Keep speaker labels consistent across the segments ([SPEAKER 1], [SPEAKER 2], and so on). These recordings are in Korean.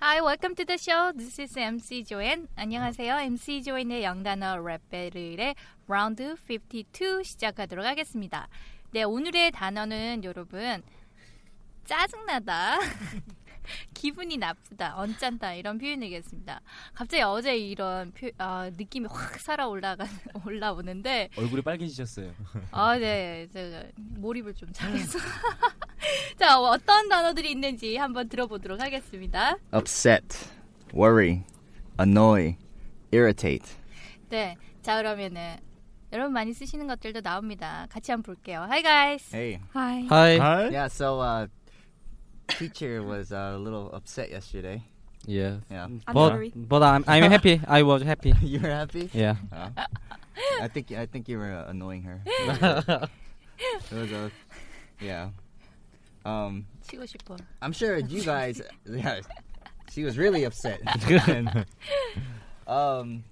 [SPEAKER 1] Hi, welcome to the show. This is MC Joanne. 안녕하세요. MC Joanne의 영단어 랩 배틀의 라운드 52 시작하도록 하겠습니다. 네, 오늘의 단어는 여러분 짜증나다. 기분이 나쁘다, 언짢다 이런 표현이겠습니다. 갑자기 어제 이런 표, 아, 느낌이 확 살아 올라가 올라오는데
[SPEAKER 2] 얼굴이 빨개지셨어요.
[SPEAKER 1] 아, 네. 제가 몰입을 좀 잘해서. 자, 어떤 단어들이 있는지 한번 들어보도록 하겠습니다.
[SPEAKER 3] upset, worry, annoy, irritate.
[SPEAKER 1] 네. 자, 그러면은 여러분 많이 쓰시는 것들도 나옵니다. 같이 한번 볼게요. Hi guys.
[SPEAKER 4] 네.
[SPEAKER 3] Hey.
[SPEAKER 2] Hi.
[SPEAKER 3] Yeah, so uh teacher was uh, a little upset yesterday.
[SPEAKER 2] Yeah.
[SPEAKER 3] Yeah.
[SPEAKER 2] but but I'm I'm happy. I was happy.
[SPEAKER 3] You were happy?
[SPEAKER 2] Yeah.
[SPEAKER 3] Huh? I think I think you were uh, annoying her. it was a yeah. Um
[SPEAKER 1] 치고 싶어.
[SPEAKER 3] I'm sure you guys yeah, she was really upset. And, um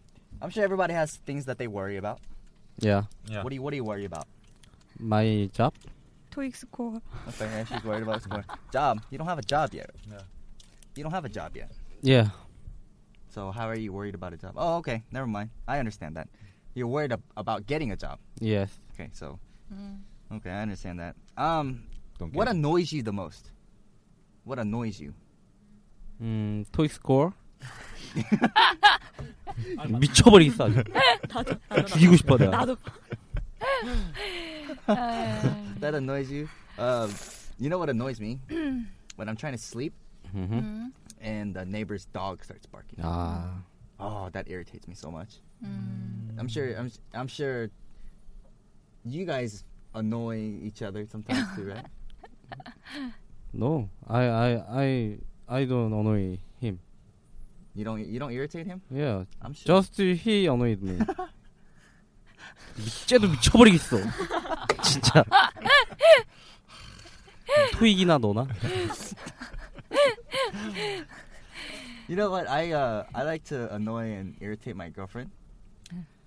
[SPEAKER 3] I'm sure everybody has things that they worry about.
[SPEAKER 2] Yeah.
[SPEAKER 3] What do you what do you worry about?
[SPEAKER 2] My job.
[SPEAKER 3] Okay, yeah, she's worried about score. job. You don't have a job yet. You don't have a job yet.
[SPEAKER 2] Yeah.
[SPEAKER 3] So how are you worried about a job? Oh, okay. Never mind. I understand that. You're worried ab- about getting a job.
[SPEAKER 2] Yes.
[SPEAKER 3] Okay, so
[SPEAKER 1] 음.
[SPEAKER 3] okay, I understand that. Um, what annoys you the most? What annoys you?
[SPEAKER 2] 음, 토익 스코어. 미쳐버리겠어. 아주. 죽이고 싶어 내가.
[SPEAKER 1] 아유,
[SPEAKER 3] That annoys you? Um, you know what annoys me? when I'm trying to sleep
[SPEAKER 2] 음흠.
[SPEAKER 1] 음.
[SPEAKER 3] and the neighbor's dog starts barking.
[SPEAKER 2] Mm-hmm. 아.
[SPEAKER 3] Oh, that irritates me so much.
[SPEAKER 1] 음.
[SPEAKER 3] I'm sure. I'm. s- I'm sure. You guys annoy each other sometimes too, right?
[SPEAKER 2] No. I I I I don't annoy him.
[SPEAKER 3] You don't. You don't irritate him.
[SPEAKER 2] Yeah.
[SPEAKER 3] I'm sure.
[SPEAKER 2] Just he annoyed me. 쟤도 미쳐버리겠어. 진짜. 토익이나 너나?
[SPEAKER 3] You know what? I uh I like to annoy and irritate my girlfriend.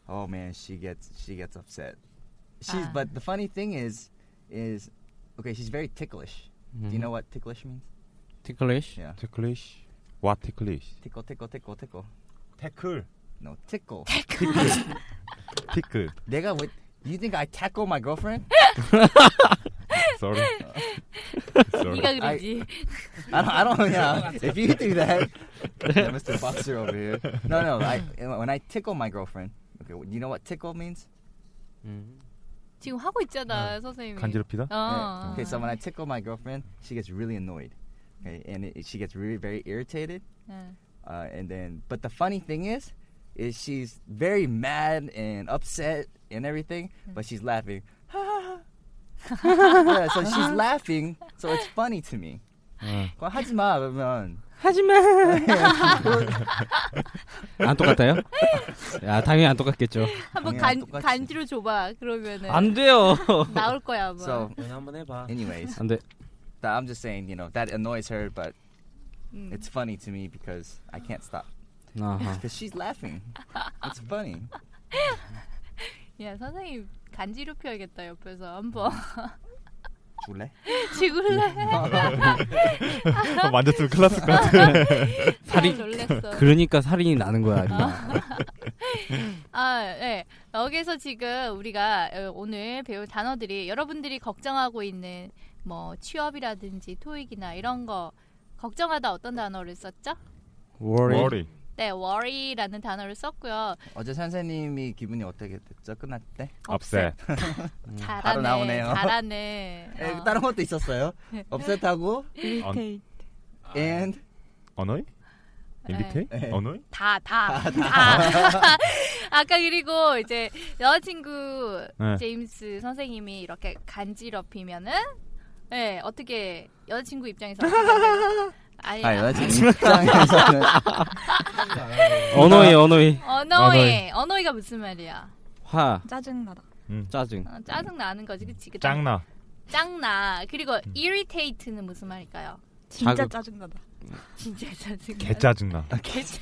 [SPEAKER 3] Oh man, she gets she gets upset. She's
[SPEAKER 1] Ah.
[SPEAKER 3] but the funny thing is, is okay. She's very ticklish. Do you know what ticklish means?
[SPEAKER 2] Ticklish?
[SPEAKER 3] Yeah.
[SPEAKER 4] 테클리시 와 테클리시
[SPEAKER 3] Tickle, tickle, tickle, tickle.
[SPEAKER 4] 태클
[SPEAKER 3] No, tickle.
[SPEAKER 4] 티끌
[SPEAKER 3] 내가 what? You think I tackle my girlfriend?
[SPEAKER 4] sorry
[SPEAKER 1] 네가
[SPEAKER 4] sorry
[SPEAKER 1] 그러지.
[SPEAKER 3] I don't. I don't. Yeah. If you do that, yeah, Mr. Boxer over here. No, no. I when I tickle my girlfriend. Okay. You know what tickle means?
[SPEAKER 2] 음.
[SPEAKER 1] 지금 하고 있잖아, 선생님이.
[SPEAKER 4] 네. 간지럽히다 네.
[SPEAKER 1] 어.
[SPEAKER 3] Okay. So when I tickle my girlfriend, she gets really annoyed. Okay, and it, she gets really very irritated.
[SPEAKER 1] 응.
[SPEAKER 3] Uh, and then, but the funny thing is, is she's very mad and upset and everything, but she's laughing. yeah, so she's laughing, so it's funny to me. 그거 하지 마, 그러면.
[SPEAKER 2] 안 똑같아요? 야, 당연히 안 똑같겠죠.
[SPEAKER 1] 한번
[SPEAKER 3] 아니야,
[SPEAKER 1] 간,
[SPEAKER 3] 똑같이.
[SPEAKER 1] 간지로 줘봐. 그러면은
[SPEAKER 2] 안 돼요.
[SPEAKER 1] 나올 거야 아마.
[SPEAKER 3] So,
[SPEAKER 2] 한번 해봐.
[SPEAKER 3] anyways,
[SPEAKER 2] 안 돼.
[SPEAKER 3] that- I'm just saying, you know, that annoys her, but
[SPEAKER 1] 음.
[SPEAKER 3] it's funny to me because I can't stop
[SPEAKER 2] 아하.
[SPEAKER 3] because she's laughing. It's funny.
[SPEAKER 1] 야 선생님 간지럽혀야겠다 옆에서 한번.
[SPEAKER 3] 몰래?
[SPEAKER 1] 지굴래.
[SPEAKER 4] 만졌으면 큰일 났을 것 같아
[SPEAKER 1] 살이 아, 놀랬어.
[SPEAKER 2] 그러니까 살인이 나는 거야, 임마.
[SPEAKER 1] 아, 네. 여기서 지금 우리가 어, 오늘 배울 단어들이 여러분들이 걱정하고 있는 뭐 취업이라든지 토익이나 이런 거 걱정하다 어떤 단어를 썼죠?
[SPEAKER 2] worry.
[SPEAKER 4] worry.
[SPEAKER 1] 네, worry라는 단어를 썼고요.
[SPEAKER 3] 어제 선생님이 기분이 어떻게 됐죠? 끝날 때?
[SPEAKER 4] upset.
[SPEAKER 1] 잘하네.
[SPEAKER 3] 음, 바로 나오네요.
[SPEAKER 1] 잘하네.
[SPEAKER 3] 에,
[SPEAKER 1] 어.
[SPEAKER 3] 다른 것도 있었어요. 업셋하고 음.
[SPEAKER 4] Irritate.
[SPEAKER 3] and
[SPEAKER 4] annoy? irritate?
[SPEAKER 3] 네.
[SPEAKER 4] annoy?
[SPEAKER 1] 다, 다,
[SPEAKER 3] 아,
[SPEAKER 1] 다. 아까 그리고 이제 여자친구
[SPEAKER 4] 네.
[SPEAKER 1] 제임스 선생님이 이렇게 간지럽히면은, 네, 어떻게 여자친구 입장에서. 어떻게 생각해요? 아니,
[SPEAKER 3] 아 여자친구 입장에서는
[SPEAKER 2] 언어이 언어이
[SPEAKER 1] 언어이, 언어이가 무슨 말이야?
[SPEAKER 2] 화
[SPEAKER 5] 짜증나다.
[SPEAKER 2] 짜증.
[SPEAKER 1] 어, 짜증 나는 거지, 그치? 그치?
[SPEAKER 4] 짱나. 음.
[SPEAKER 1] 짱나. 그리고 irritate는 무슨 말일까요?
[SPEAKER 5] 진짜
[SPEAKER 2] 자극.
[SPEAKER 5] 짜증나다.
[SPEAKER 1] 진짜 짜증.
[SPEAKER 4] 개 짜증나.
[SPEAKER 1] 개짜.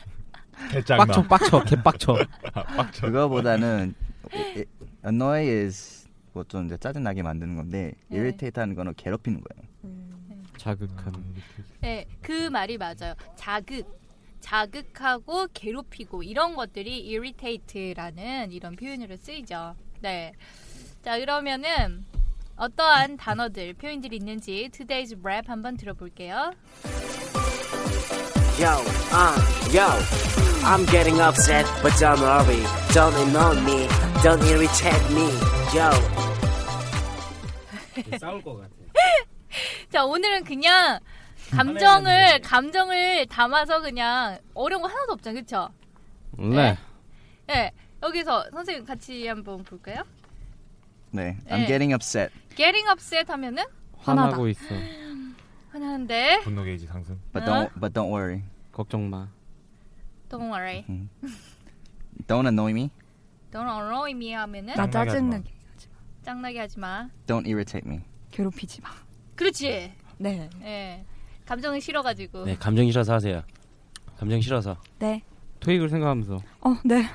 [SPEAKER 4] 개 짱나.
[SPEAKER 2] 빡쳐 빡쳐 개빡쳐.
[SPEAKER 3] 그거보다는 이- 이- annoy is 뭐좀 이제 짜증나게 만드는 건데
[SPEAKER 1] 네.
[SPEAKER 3] irritate 하는 거는 괴롭히는 거예요.
[SPEAKER 2] 자극하는.
[SPEAKER 1] 네, 그 말이 맞아요. 자극. 자극하고 괴롭히고 이런 것들이 irritate라는 이런 표현으로 쓰이죠. 네. 자, 그러면은 어떠한 단어들, 표현들이 있는지 today's rap 한번 들어볼게요.
[SPEAKER 6] Yo, uh, yo, I'm getting upset, but don't worry, don't annoy me, don't irritate me, yo.
[SPEAKER 1] 자, 오늘은 그냥 감정을 감정을 담아서 그냥 어려운 거 하나도 없잖아요. 그렇죠?
[SPEAKER 2] 네.
[SPEAKER 1] 예. 네, 여기서 선생님 같이 한번 볼까요?
[SPEAKER 3] 네, I'm
[SPEAKER 1] 네.
[SPEAKER 3] getting upset,
[SPEAKER 1] getting upset 하면은
[SPEAKER 2] 화나고 있어.
[SPEAKER 1] 화나는데
[SPEAKER 4] 분노 게이지 상승.
[SPEAKER 3] but
[SPEAKER 1] 어?
[SPEAKER 3] don't but don't worry, 음.
[SPEAKER 2] 걱정 마.
[SPEAKER 1] don't worry.
[SPEAKER 3] don't annoy me,
[SPEAKER 1] don't annoy me 하면은
[SPEAKER 5] 나
[SPEAKER 4] 짱나게 하지 마.
[SPEAKER 5] 짜증나게 하지 마.
[SPEAKER 1] 짱나게 하지 마.
[SPEAKER 3] don't irritate me.
[SPEAKER 5] 괴롭히지 마.
[SPEAKER 1] 그렇지.
[SPEAKER 5] 네.
[SPEAKER 1] 예. 감정이 싫어가지고.
[SPEAKER 7] 네, 감정 실어서 하세요. 감정 실어서.
[SPEAKER 5] 네.
[SPEAKER 2] 토익을 생각하면서.
[SPEAKER 5] 어, 네.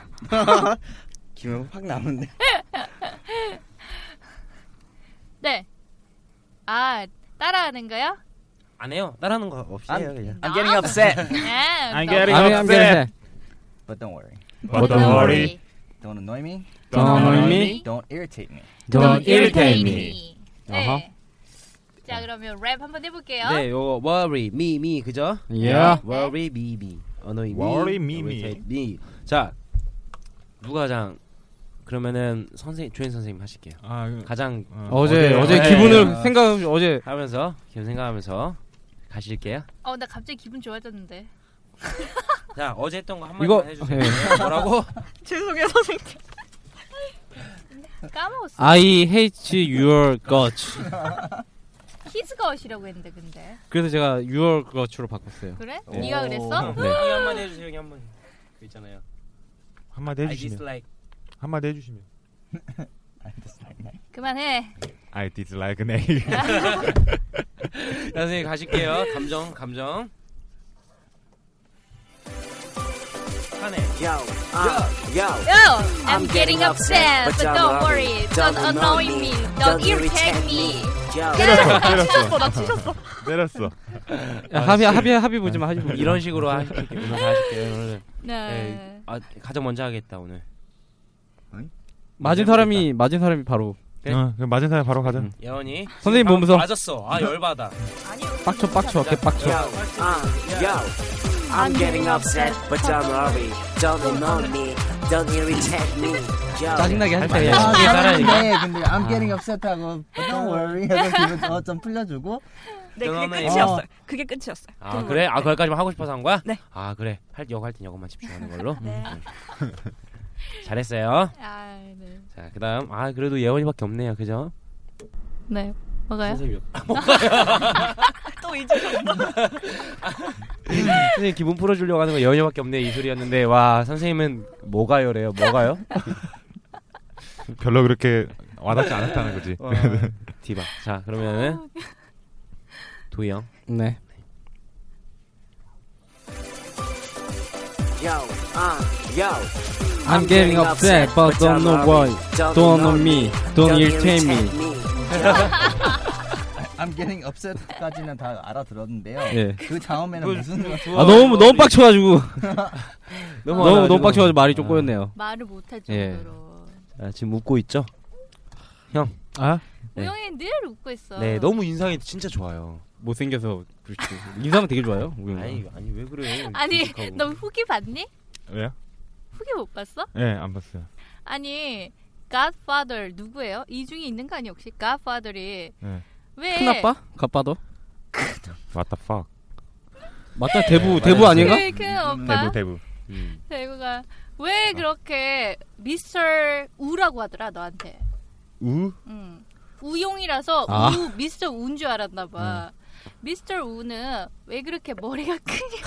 [SPEAKER 3] 기분 확 나오는데.
[SPEAKER 1] 네. 아 따라하는 거요?
[SPEAKER 7] 안 해요. 따라하는 거 없이
[SPEAKER 3] 안-
[SPEAKER 7] 해요, 그냥.
[SPEAKER 3] I'm getting
[SPEAKER 1] 예.
[SPEAKER 3] upset,
[SPEAKER 4] I'm
[SPEAKER 1] don't-
[SPEAKER 4] getting
[SPEAKER 2] 아니, 안
[SPEAKER 4] upset.
[SPEAKER 2] 그래.
[SPEAKER 3] but don't worry,
[SPEAKER 4] But
[SPEAKER 1] don't
[SPEAKER 4] don't worry.
[SPEAKER 1] worry.
[SPEAKER 3] don't annoy me,
[SPEAKER 2] Don't annoy me.
[SPEAKER 3] don't irritate me.
[SPEAKER 1] Don't irritate
[SPEAKER 2] me.
[SPEAKER 1] me. 네. 자 그러면 랩 한번 해볼게요.
[SPEAKER 7] 네, 요거 worry me me 그죠?
[SPEAKER 1] 네.
[SPEAKER 2] Yeah.
[SPEAKER 7] worry me me. annoy me.
[SPEAKER 4] Worry me, me.
[SPEAKER 7] irritate me. 자. 누가 가장 그러면은 선생 조인 선생님 하실게요.
[SPEAKER 4] 아, 그-
[SPEAKER 7] 가장
[SPEAKER 4] 어,
[SPEAKER 2] 어제 어제
[SPEAKER 7] 네.
[SPEAKER 2] 기분을 생각 어제
[SPEAKER 7] 하면서 기분 생각하면서 가실게요.
[SPEAKER 1] 어 나 갑자기 기분 좋아졌는데.
[SPEAKER 7] 자, 어제 했던 거 한번
[SPEAKER 2] 이거
[SPEAKER 7] 만 해주세요. 네,
[SPEAKER 2] 예.
[SPEAKER 7] 뭐라고?
[SPEAKER 5] 죄송해요, 선생님.
[SPEAKER 1] 까먹었어.
[SPEAKER 2] I hate your guts.
[SPEAKER 1] 히즈거시라고 했는데 근데.
[SPEAKER 2] 그래서 제가 your guts로 바꿨어요.
[SPEAKER 1] 그래?
[SPEAKER 3] 오.
[SPEAKER 1] 네가 그랬어?
[SPEAKER 2] 네.
[SPEAKER 7] 여기 한번 해주세요. 여기 한번. 그 있잖아요.
[SPEAKER 4] 한마디
[SPEAKER 7] I
[SPEAKER 4] 해주시면.
[SPEAKER 7] dislike.
[SPEAKER 4] 한마디 해주시면.
[SPEAKER 1] 그만해.
[SPEAKER 4] I dislike an egg.
[SPEAKER 7] 자, 선생님 가실게요. 감정 감정. 하네.
[SPEAKER 6] Yo, uh, yo.
[SPEAKER 1] Yo, I'm getting upset, but don't worry. Don't annoy me. Don't irritate me.
[SPEAKER 6] Yo.
[SPEAKER 4] 때렸어, 때렸어. 나 치셨어. 때렸어.
[SPEAKER 2] 야, 아, 합의 합의 합의 보지 마 합의 보지 마.
[SPEAKER 7] 아, 이런 식으로 하실게요. 오늘 하실게요. 오늘.
[SPEAKER 1] 네.
[SPEAKER 7] 네. 아, 가장 먼저 하겠다 오늘.
[SPEAKER 2] 맞은 사람이 맞은 사람이 바로
[SPEAKER 7] 네.
[SPEAKER 4] 어, 그럼 맞은 사람 바로 가자.
[SPEAKER 2] 음.
[SPEAKER 7] 예원이
[SPEAKER 2] 선생님 보면서
[SPEAKER 7] 맞았어.
[SPEAKER 4] 네.
[SPEAKER 7] 아 열받아.
[SPEAKER 2] 빡쳐 빡쳐 개 빡쳐.
[SPEAKER 6] Yo, uh, yo. I'm getting upset, but don't worry, don't annoy me, don't irritate me, yo.
[SPEAKER 2] 짜증나게 할 때.
[SPEAKER 3] 아,
[SPEAKER 7] 이게 사람이니까.
[SPEAKER 3] 잘하는데 근데 I'm getting upset 하고 but don't worry 해서 기분 어, 좀 풀려주고
[SPEAKER 5] 네, 그게
[SPEAKER 7] 그러면은-
[SPEAKER 5] 끝이었어요. 그게 끝이었어요.
[SPEAKER 8] 네.
[SPEAKER 7] 아 그래? 아 거기까지만 하고 싶어서 한 거야?
[SPEAKER 5] 네.
[SPEAKER 7] 아 그래. 할 여거 할땐 여거만 집중하는 걸로. 네. 잘했어요.
[SPEAKER 1] 아, 네.
[SPEAKER 7] 자 그다음 아 그래도 예원이밖에 없네요. 그죠?
[SPEAKER 1] 네. 뭐가요?
[SPEAKER 7] 선생님 옆-
[SPEAKER 5] 또 이제
[SPEAKER 7] 선생님 기분 풀어주려고 하는 거 예원이밖에 없네 이 소리였는데 와 선생님은 뭐가요래요? 뭐가요?
[SPEAKER 4] 별로 그렇게 와닿지 않았다는 거지.
[SPEAKER 7] 와, 디바. 자 그러면은 도희 형.
[SPEAKER 2] 네.
[SPEAKER 6] Yo, uh, yo.
[SPEAKER 2] I'm getting upset, but don't know why. Don't know me. Don't irritate me.
[SPEAKER 6] Yo.
[SPEAKER 3] I'm getting upset까지는 다 알아들었는데요.
[SPEAKER 2] 예.
[SPEAKER 3] 그 다음에는 무슨
[SPEAKER 2] 아 너무 너무 빡쳐가지고 너무 너무
[SPEAKER 7] 아.
[SPEAKER 2] 빡쳐가지고 말이 좀 꼬였네요.
[SPEAKER 1] 말을 못할
[SPEAKER 2] 예.
[SPEAKER 1] 정도로.
[SPEAKER 7] 아, 지금 웃고 있죠? 형 아?
[SPEAKER 1] 우영이 어, 늘 웃고 있어.
[SPEAKER 7] 네, 너무 인상이 진짜 좋아요. 네.
[SPEAKER 2] 못생겨서 그렇지. 인상 되게 좋아요. 우영
[SPEAKER 7] 아니, 아니 왜 그래요?
[SPEAKER 1] 아니,
[SPEAKER 7] 무식하고.
[SPEAKER 1] 너 후기 봤니?
[SPEAKER 4] 왜요?
[SPEAKER 1] 후기 못 봤어?
[SPEAKER 4] 네, 안 봤어요.
[SPEAKER 1] 아니, Godfather 누구예요? 이 중에 있는 거 아니 혹시 Godfather이
[SPEAKER 4] 네.
[SPEAKER 1] 왜?
[SPEAKER 2] 큰아빠? 가빠도?
[SPEAKER 4] What the fuck?
[SPEAKER 2] 맞다 대부
[SPEAKER 4] 네,
[SPEAKER 2] 대부
[SPEAKER 4] 맞아요.
[SPEAKER 2] 아닌가?
[SPEAKER 1] 그, 그 오빠.
[SPEAKER 4] 대부 대부.
[SPEAKER 1] 대구가 왜 그렇게 미스터 우라고 하더라 너한테.
[SPEAKER 4] 우?
[SPEAKER 1] 응. 우용이라서
[SPEAKER 4] 아.
[SPEAKER 1] 우 미스터 우인 줄 알았나 봐.
[SPEAKER 2] 음.
[SPEAKER 1] 미스터 우는 왜 그렇게 머리가 크냐?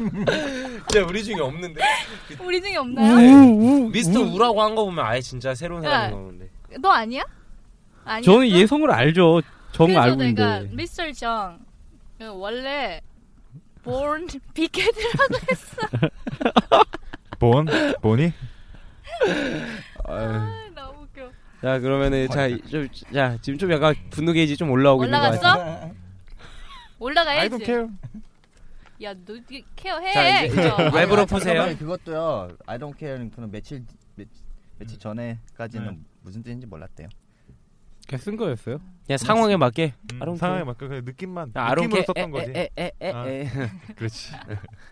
[SPEAKER 7] 진짜 네, 우리 중에 없는데. 음.
[SPEAKER 1] 우리 중에 없나요?
[SPEAKER 7] 네. 우, 미스터 우라고 한 거 보면 아예 진짜 새로운
[SPEAKER 1] 네.
[SPEAKER 7] 사람인 거 같은데.
[SPEAKER 1] 너 아니야? 아니야?
[SPEAKER 2] 저는 예성을 알죠. 정 알고
[SPEAKER 1] 내가
[SPEAKER 2] 있는데.
[SPEAKER 1] 미스터 정그 원래 born 비케드라고 했어.
[SPEAKER 4] 본? 본이?
[SPEAKER 7] 네.
[SPEAKER 1] 아, 너무 웃겨.
[SPEAKER 7] 자 그러면은 자좀자 지금 좀 약간 분노 게이지 좀 올라오고 있는 거 같아.
[SPEAKER 1] 올라갔어? 올라가야지.
[SPEAKER 7] I don't care.
[SPEAKER 1] 야, 너 이게 케어해.
[SPEAKER 7] 자, 이제- 이제
[SPEAKER 1] 그죠?
[SPEAKER 7] 랩으로
[SPEAKER 3] 아니,
[SPEAKER 7] 푸세요.
[SPEAKER 3] 잠깐만요. 그것도요. I don't care는 그냥 며칠 며, 며칠 전에까지는 무슨 뜻인지 몰랐대요.
[SPEAKER 2] 그냥 쓴 거였어요?
[SPEAKER 7] 그냥 상황에 맞게.
[SPEAKER 4] 음,
[SPEAKER 7] I don't
[SPEAKER 4] 상황에
[SPEAKER 7] care.
[SPEAKER 4] 맞게 그냥 느낌만
[SPEAKER 7] 아, I don't
[SPEAKER 4] 느낌으로
[SPEAKER 7] care.
[SPEAKER 4] 썼던 거지.
[SPEAKER 7] 에, 에, 에, 에,
[SPEAKER 4] 아,
[SPEAKER 7] 에.
[SPEAKER 4] 그렇지.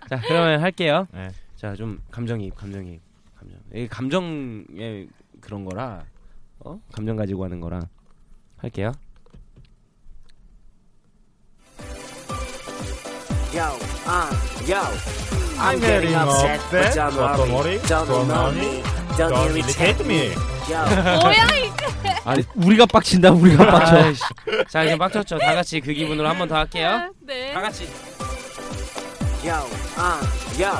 [SPEAKER 7] 자 그러면 할게요. 자 좀 감정이입, 감정이입, 감정. 이게 감정의 그런 거라, 어? 감정 가지고 하는 거라 할게요.
[SPEAKER 6] Yo, uh, yo. I'm,
[SPEAKER 7] I'm
[SPEAKER 6] getting,
[SPEAKER 7] getting
[SPEAKER 6] upset, but
[SPEAKER 7] upset,
[SPEAKER 6] don't
[SPEAKER 7] but don't
[SPEAKER 6] worry.
[SPEAKER 7] worry,
[SPEAKER 6] Don't,
[SPEAKER 7] don't
[SPEAKER 6] annoy
[SPEAKER 7] worry,
[SPEAKER 6] me. Don't,
[SPEAKER 7] don't
[SPEAKER 6] irritate
[SPEAKER 7] irritate
[SPEAKER 6] me.
[SPEAKER 7] me.
[SPEAKER 6] Yo.
[SPEAKER 7] 뭐야,
[SPEAKER 1] 이게?
[SPEAKER 7] 아니,
[SPEAKER 2] 우리가 빡친다. 우리가 빡쳐.
[SPEAKER 7] 아이씨. 자 이제 빡쳤죠. 다 같이 그 기분으로 한 번 더 할게요.
[SPEAKER 1] 네.
[SPEAKER 7] 다 같이.
[SPEAKER 6] Yo, uh, yo.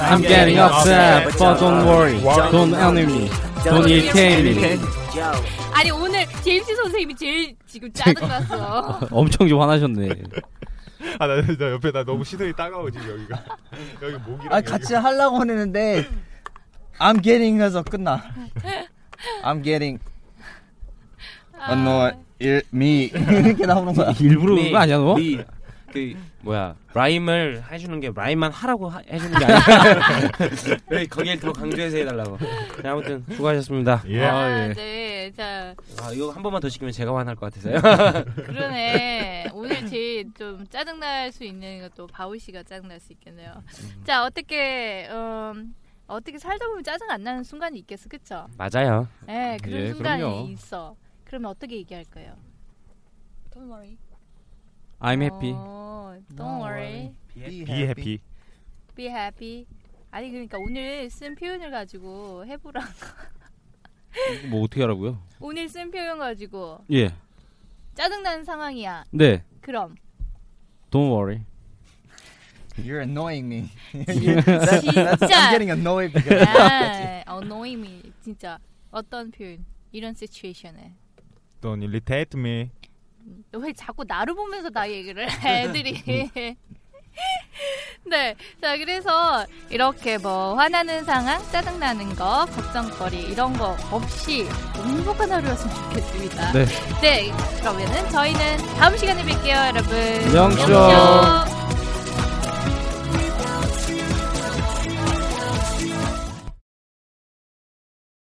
[SPEAKER 2] I'm getting upset, but don't worry. Don't annoy me. Don't irritate me.
[SPEAKER 6] Yo.
[SPEAKER 1] 아니, 오늘 DMC 선생님이 제일 지금 짜증났어.
[SPEAKER 2] 엄청 좀 화나셨네.
[SPEAKER 4] 아나 나 옆에 나 너무 시선이 따가워 지금 여기가 여기 목이랑
[SPEAKER 3] 아 같이 하려고 했는데 I'm getting 해서 끝나. I'm getting
[SPEAKER 2] 아,
[SPEAKER 3] annoyed 일- me 이렇게 나오는 거야.
[SPEAKER 7] 미, 미. 네. 그 뭐야 라임을 해주는 게 라임만 하라고 하- 해주는 게 아니라 왜 거길 더 강조해서 해달라고. 자, 아무튼 수고하셨습니다.
[SPEAKER 4] 예.
[SPEAKER 1] 아, 네. 자,
[SPEAKER 7] 아, 이거 한 번만 더 시키면 제가 화날 것 같아서요.
[SPEAKER 1] 그러네. 오늘 제일 좀 짜증날 수 있는 것도 바울 씨가 짜증날 수 있겠네요.
[SPEAKER 2] 음.
[SPEAKER 1] 자, 어떻게 음, 어떻게 살다 보면 짜증 안 나는 순간이 있겠어, 그렇죠?
[SPEAKER 7] 맞아요.
[SPEAKER 1] 네, 그런
[SPEAKER 2] 예,
[SPEAKER 1] 순간이
[SPEAKER 2] 그럼요.
[SPEAKER 1] 있어. 그러면 어떻게 얘기할 거예요? Don't worry.
[SPEAKER 2] I'm happy.
[SPEAKER 1] 어, don't worry.
[SPEAKER 4] Be happy.
[SPEAKER 1] Be happy. 아니 그러니까 오늘 쓴 표현을 가지고 해보라.
[SPEAKER 2] 뭐 어떻게 하라고요?
[SPEAKER 1] 오늘 쓴 표현 가지고
[SPEAKER 2] 예.
[SPEAKER 1] 짜증나는 상황이야.
[SPEAKER 2] 네.
[SPEAKER 1] 그럼
[SPEAKER 2] Don't worry.
[SPEAKER 3] You're annoying me.
[SPEAKER 1] 진짜.
[SPEAKER 3] I'm getting annoyed because
[SPEAKER 1] 아, annoying me. 진짜 어떤 표현? 이런 시츄에이션에
[SPEAKER 4] Don't irritate me. 네.
[SPEAKER 1] 왜 자꾸 나를 보면서 나 얘기를 해,
[SPEAKER 4] 음.
[SPEAKER 1] 애들이. 네, 자 그래서 이렇게 뭐 화나는 상황, 짜증 나는 거, 걱정거리 이런 거 없이 행복한 하루였으면 좋겠습니다.
[SPEAKER 2] 네.
[SPEAKER 1] 네, 그러면은 저희는 다음 시간에 뵐게요, 여러분.
[SPEAKER 2] 안녕.
[SPEAKER 1] 안녕.